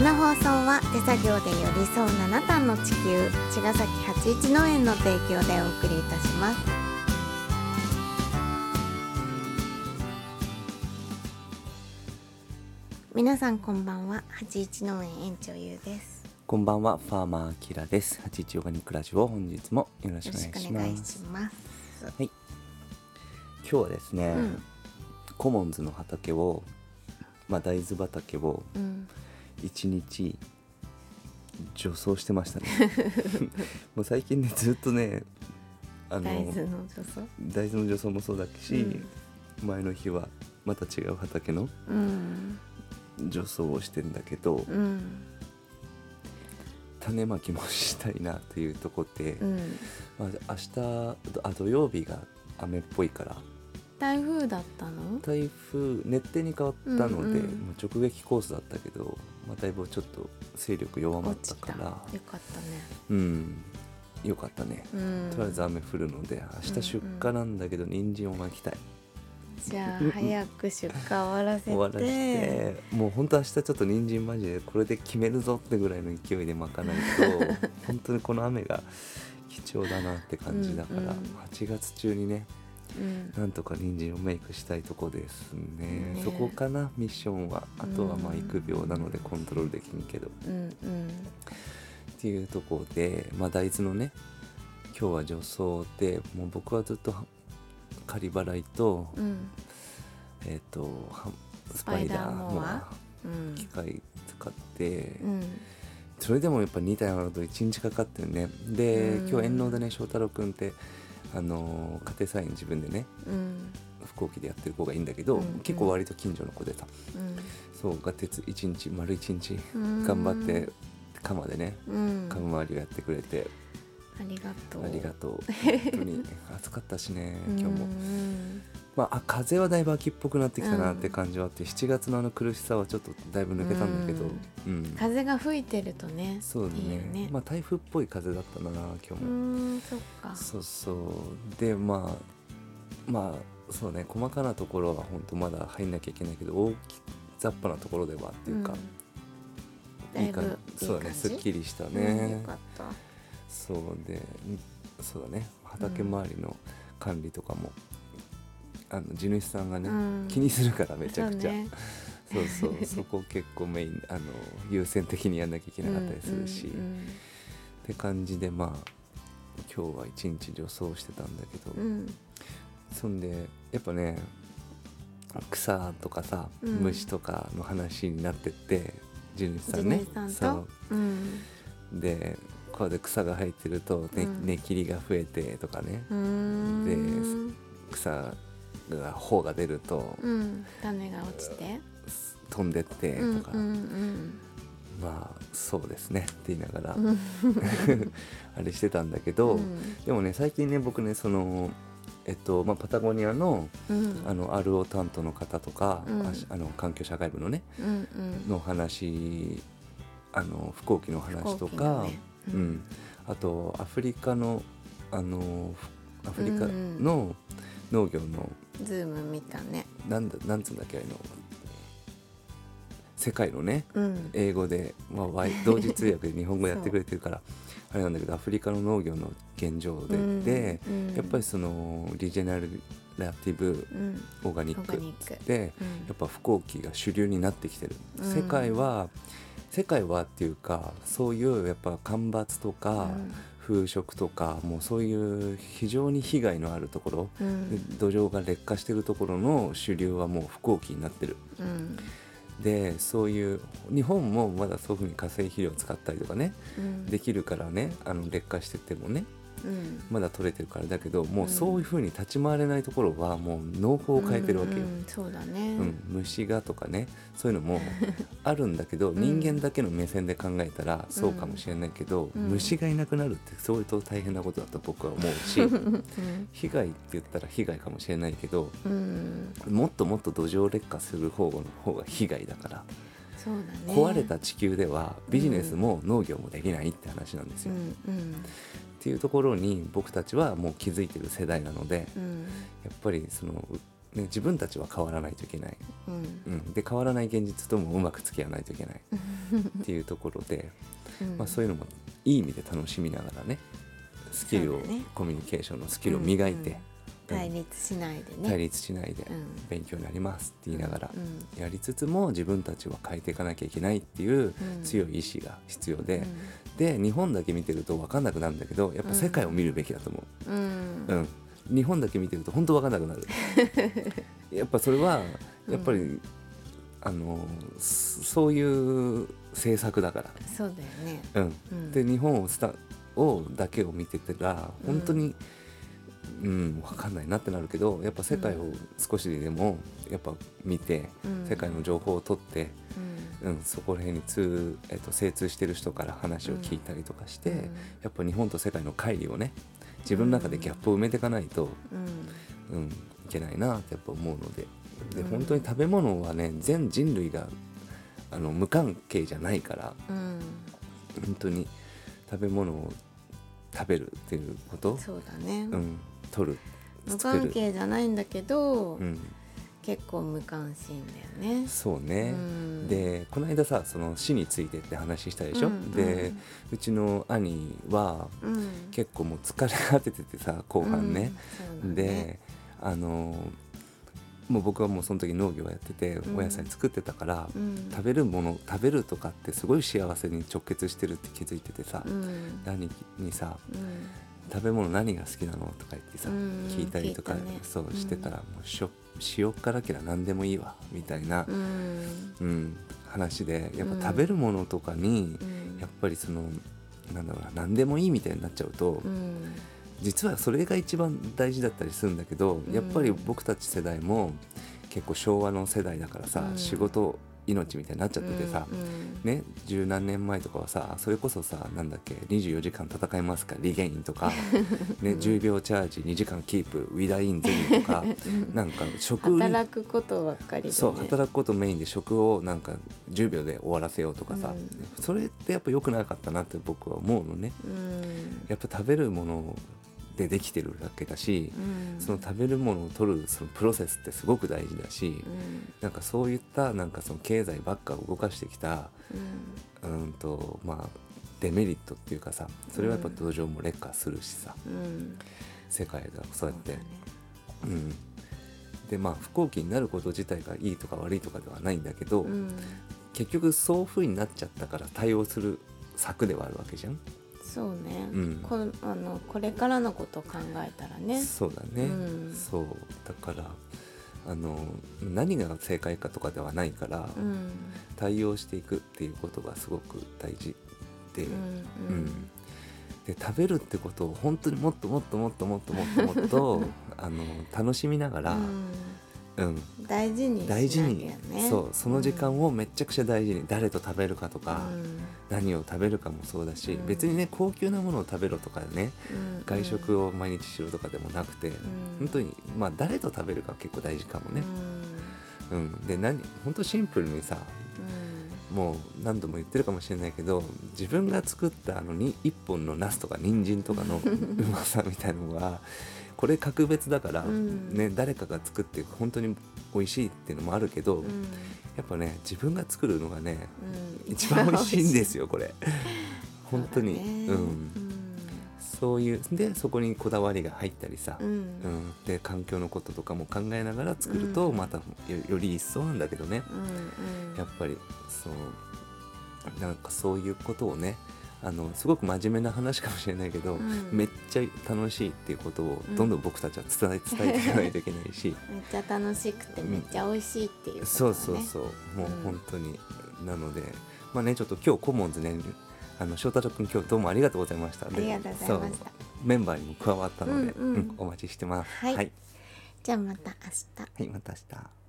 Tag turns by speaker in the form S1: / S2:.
S1: の放送は手作業で寄り添う七段の地球茅ヶ崎八一農園の提供でお送りいたします皆さんこんばんは八一農園園長ゆうです
S2: こんばんは、ファーマーアキラです。八一オーガニックラジオ、本日もよろし
S1: よ
S2: く
S1: ろ
S2: お願
S1: し
S2: い
S1: く
S2: し
S1: お
S2: ま
S1: 願
S2: す。
S1: いします
S2: 今日はですね、
S1: ん
S2: コモンズの畑を、まあ、大豆畑を
S1: うん
S2: 一日除草してまし たね。もう最近ね、ずっとね、あの
S1: 大豆の除草
S2: 大豆の除草もそうだし、
S1: うん
S2: 前の日はまた違う畑の
S1: うん
S2: 除草をしてんだけど、
S1: うん
S2: 種まきもしたいなっていうとこで、
S1: うん
S2: まあ、明日あ土曜日が雨っぽいから
S1: 台風だったの
S2: 台風熱帯に変わったので、
S1: うんうん
S2: まあ直撃コースだったけど、まあ、だいぶちょっと勢力弱まっ
S1: 落
S2: た
S1: ち
S2: か
S1: たよ
S2: ら
S1: かったね
S2: うんよかったね、
S1: うん
S2: とりあえず雨降るので明日出荷なんだけど人参をまきたい、
S1: じゃあ早く出荷終わらせて
S2: 終わらしてもうほんと明日ちょっと人参マジでこれで決めるぞってぐらいの勢いでまかない と本当にこの雨が貴重だなって感じだから、
S1: うんうん
S2: 8月中にね
S1: うん
S2: なんとか人参をメイクしたいとこですね
S1: ね
S2: そこかなミッションはあとはまあ
S1: うん
S2: 育苗なのでコントロールできんけど、っ
S1: うんうん
S2: ていうとこで、まあ、大豆のね今日は除草でもう僕はずっとは仮払いと,、
S1: うん
S2: えっとはス
S1: パ
S2: パイ
S1: イダ
S2: ダ
S1: ー
S2: ー
S1: モア
S2: モア
S1: うん
S2: 機械使って、
S1: うん
S2: それでもやっぱ2体洗うと1日かかってるねで、
S1: うん
S2: 今日遠納でね翔太郎くんってあのー家庭菜園自分でね
S1: うん
S2: 飛行機でやってる子がいいんだけど、
S1: うんうん
S2: 結構割と近所の子でさそうが鉄一日丸一日
S1: うん
S2: 頑張って鎌でね
S1: うん
S2: 鎌周りをやってくれて、
S1: ありがとう
S2: ありがとう本当に 暑かったしね今日も、
S1: うん
S2: まあ、あ風はだいぶ秋っぽくなってきたなって感じはあって、7月のあの苦しさはちょっとだいぶ抜けたんだけど、うん
S1: 風が吹いてるとね
S2: そうだね
S1: いいよね
S2: まあ、台風っぽい風だったな今日
S1: う
S2: も、
S1: んそっか
S2: そうそうでまあまあそうね細かなところは本当まだ入んなきゃいけないけど大き雑把なところではっていうか、
S1: んだいぶ
S2: 感じそう
S1: い
S2: だね
S1: い感じ
S2: すっきりした
S1: うんうん
S2: ね、
S1: よかった
S2: そうでんそうだね畑周りの管理とかも、あの地主さんがね、
S1: うん
S2: 気にするからめちゃくちゃ
S1: そうね
S2: そう,、そう そこ結構メインあの優先的にやんなきゃいけなかったりするし、
S1: うんうん
S2: って感じでまあ今日は一日除草してたんだけど、
S1: うん
S2: そんでやっぱね草とかさ、
S1: うん
S2: 虫とかの話になってって地主さ
S1: ジ
S2: んね
S1: ネさん
S2: そう
S1: とうん
S2: でこうで草が生えてるとね
S1: うん
S2: 根切りが増えてとかね、
S1: うーん
S2: 草が頬が出ると
S1: うん種が落ちて
S2: 飛んでって
S1: うん
S2: とか、
S1: うん
S2: まあそうですねって言いながら、
S1: うん
S2: あれしてたんだけ
S1: う
S2: ど、
S1: ん
S2: でもね最近ね僕ねそのえっとまあ、パタゴニアの
S1: うん
S2: あの RO 担当の方とか、
S1: うん
S2: あしあの環境社会部のね
S1: うんうん
S2: の話あの飛行機の話と
S1: 飛行機の
S2: か、
S1: ね
S2: うんあとアフリカのあのふアフリカ
S1: うんうん
S2: の農業の、
S1: ズーム見たね
S2: なんだなんつうんだっけあの世界のね
S1: うん
S2: 英語で、まあワ イ、同時通訳で日本語やってくれてるからあれなんだけどアフリカの農業の現状で,、
S1: うん
S2: で
S1: うん
S2: やっぱりそのリジェネラティブ
S1: うん
S2: オーガニ
S1: オ
S2: ッ
S1: ーガ
S2: ク
S1: ニック
S2: で、
S1: うん
S2: やっぱ不幸期が主流になってきてる、
S1: うん
S2: 世界は世界はっていうかそういうやっぱ干ばつとか風食とか、もうそういう非常に被害のあるところ、
S1: うん
S2: で土壌が劣化してるところの主流はもう不幸期になってる
S1: うん
S2: でそういう日本もまだそういうふうに化成肥料を使ったりとかね
S1: うん
S2: できるからねあの劣化しててもね
S1: うん
S2: まだ取れてるからだけどもうそういうふうに立ち回れないところはもう農法を変えてるわけよ。
S1: うんうんそうだね
S2: うん、虫がとかねそういうのもあるんだけ ど、
S1: ん
S2: 人間だけの目線で考えたらそうかもしれないけど、
S1: うん
S2: 虫がいなくなるって相当大変なことだと僕は思う し被害って言ったら被害かもしれないけど
S1: うんうん
S2: もっともっと土壌劣化する方の方が被害だから、
S1: そうだね
S2: 壊れた地球ではビジネスも農業もできないって話なんです
S1: う
S2: よ。っ
S1: んうん
S2: ていうところに僕たちはもう気づいてる世代なので
S1: うん
S2: やっぱりそのね、自分たちは変わらないといけない、
S1: うん
S2: うん、で変わらない現実ともうまく付き合わないといけないっていうところで、
S1: うん
S2: まあ、そういうのもいい意味で楽しみながらねスキルを、
S1: そうだね
S2: コミュニケーションのスキルを磨いて、うん
S1: 対立しないでね
S2: 対立しないで
S1: うん
S2: 勉強になりますって言いながら
S1: うん
S2: やりつつも自分たちは変えていかなきゃいけないっていう
S1: うん
S2: 強い意志が必要で、
S1: うん
S2: で日本だけ見てると分かんなくなるんだけどやっぱ世界を見るべきだと思
S1: うん
S2: う、うん日本だけ見てると本当分かんな くなるやっぱそれはやっぱり、あのそそういう政策だか
S1: そうだよね
S2: ら、うん
S1: うん
S2: で日本をスタをだけを見てたら
S1: うん
S2: 本当に、うん分かんないなってなるけどやっぱ世界を少しでもやっぱ見て、
S1: うん
S2: 世界の情報を取って、
S1: うん
S2: うん、そこら辺に通、えっと、精通してる人から話を聞いたりとかして、
S1: うん
S2: やっぱ日本と世界の乖離をね自分の中でギャップを埋めていかないと、
S1: うん
S2: うん、いけないなってやっぱ思うのでで
S1: うん
S2: 本当に食べ物はね全人類があの無関係じゃないから
S1: うん
S2: 本当に食べ物を食べるっていうこと、
S1: そうだね
S2: うん、取る
S1: 無
S2: 作
S1: 関
S2: る、
S1: 係じゃないんだけど
S2: うん、
S1: 結構無関心だよね
S2: そうね。
S1: うん
S2: でこの間さその死についてって話したでしょ、
S1: うん
S2: でうちの兄は
S1: うん
S2: 結構もう疲れ果てててさ後半ね、
S1: うんそうだね
S2: であのもう僕はもうその時農業やってて
S1: ん
S2: お野菜作ってたから、
S1: うん
S2: 食べるもの食べるとかってすごい幸せに直結してるって気づいててさ、
S1: うん
S2: 何にさ
S1: うん
S2: 食べ物何が好きなのとか言ってさ、
S1: うん
S2: 聞いたりとか、
S1: 聞いたね
S2: そうしてたら、もうしょ塩辛けりゃ何でもいいわみたいな、
S1: う
S2: うん
S1: ん
S2: 話でやっぱ食べるものとかに、
S1: うん
S2: やっぱりそのなんだろうな何でもいいみたいになっちゃうと、
S1: うん
S2: 実はそれが一番大事だったりするんだけど
S1: うん
S2: やっぱり僕たち世代も結構昭和の世代だからさ、
S1: うん
S2: 仕事命みたいになっちゃっててさ、
S1: うん
S2: ね十何年前とかはさそれこそさなんだっけ24時間戦いますかリゲイン とか、ね、10秒チャージ2時間キープウィダインゼリーとかなんか食に
S1: 働くことばっかりで、ね、
S2: そう働くことメインで食をなんか10秒で終わらせようとかさ、
S1: う
S2: それってやっぱ良くなかったなって僕は思うのね。
S1: うん
S2: やっぱ食べるものでできてるわけだし、その食べるものを取るそのプロセスってすごく大事だし、
S1: うん
S2: なんかそういったなんかその経済ばっか動かしてきた
S1: うん
S2: うんとまあデメリットっていうかさそれはやっぱ土壌も劣化するしさ、
S1: うん
S2: 世界がそうやって
S1: そうだね
S2: うんでまあ不幸気になること自体がいいとか悪いとかではないんだけど、
S1: うん
S2: 結局そういう風になっちゃったから対応する策ではあるわけじゃん、
S1: そうね、
S2: うん
S1: こあのこれからのことを考えたらね
S2: そうだね、
S1: うん
S2: そうだからあの何が正解かとかではないから、
S1: うん
S2: 対応していくっていうことがすごく大事で、
S1: うんう
S2: うんんで食べるってことを本当にもっともっともっともっともっともっ とあの楽しみながら、うん
S1: 大事にしなきゃ、ね、
S2: 大事に、そうその時
S1: を、
S2: 間をめちゃくちゃ大事に、誰と食べるかと
S1: う
S2: か、
S1: ん
S2: 何を食べるかもそうだし、
S1: うん
S2: 別にね高級なものを食べろとかね
S1: うん
S2: 外食を毎日しろとかでもなくて、本当
S1: に
S2: にまあ誰と食べるか結構大事かもね、うん、で何本当シンプルにさもう何度も言ってるかもしれないけど自分が作ったあのに1本のナスとか人参とか のうまさみたいのがこれ格別だから、
S1: うん
S2: ね、誰かが作って本当に美味しいっていうのもあるけど、
S1: うんうん
S2: やっぱね自分が作るのがね
S1: うん
S2: 一番美味しいんですよこれ本当に
S1: そうだね
S2: うん、そういうでそこにこだわりが入ったりさ、
S1: うんうん
S2: うん、で環境のこととかも考えながら作ると
S1: うん
S2: またよより一層なんだけどね
S1: うん
S2: やっぱりそうなんかそういうことをねあのすごく真面目な話かもしれないけど、
S1: うん
S2: めっちゃ楽しいっていうことを
S1: うん
S2: どんどん僕たちは伝え伝えていかないといけな いし、
S1: めっちゃ楽しくてめっちゃ美味しいっていうことだね、
S2: そうそうそうもう
S1: うん
S2: 本当に、なのでまあねちょっと今日コモンズねあの翔太郎君今日どうもありがとうございました
S1: ありがとうございました
S2: そうメンバーにも加わったので、
S1: うんうん
S2: お待ちしてます
S1: はい
S2: はい、
S1: じゃあまた明日
S2: はいまた明日